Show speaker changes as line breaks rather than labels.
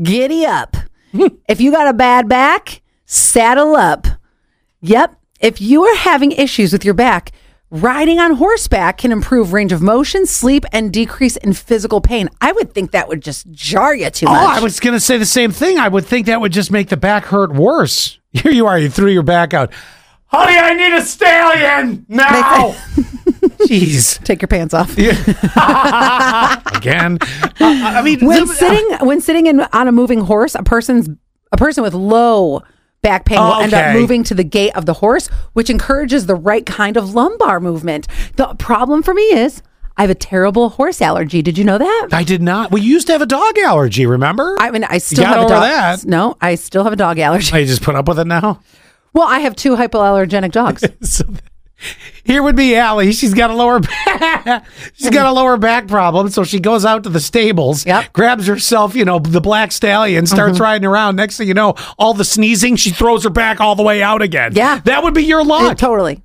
giddy up. if you got a bad back, saddle up. Yep. If you are having issues with your back, riding on horseback can improve range of motion, sleep, and decrease in physical pain. I would think that would just jar you too
Oh,
much.
I was going to say the same thing. I would think that would just make the back hurt worse. Here you are. You threw your back out. Honey, I need a stallion now. Jeez.
Take your pants off.
Again. I I mean,
when
th-
sitting when sitting in, on a moving horse, a person's a person with low back pain will end up
Okay.
moving to the gait of the horse, which encourages the right kind of lumbar movement. The problem for me is I have a terrible horse allergy. Did you know that?
I did not. We used to have a dog allergy, remember?
I mean, I still
got
have a
over
dog.
that.
No, I still have a dog allergy.
I just put up with it now.
Well, I have two hypoallergenic dogs.
So here would be Allie. She's got a lower back. she's got a lower back problem, so she goes out to the stables,
Yep. Mm-hmm.
grabs herself, you know, the black stallion, starts riding around. Next thing you know, all the sneezing, she throws her back all the way out again.
Yeah.
that would be your luck.
totally.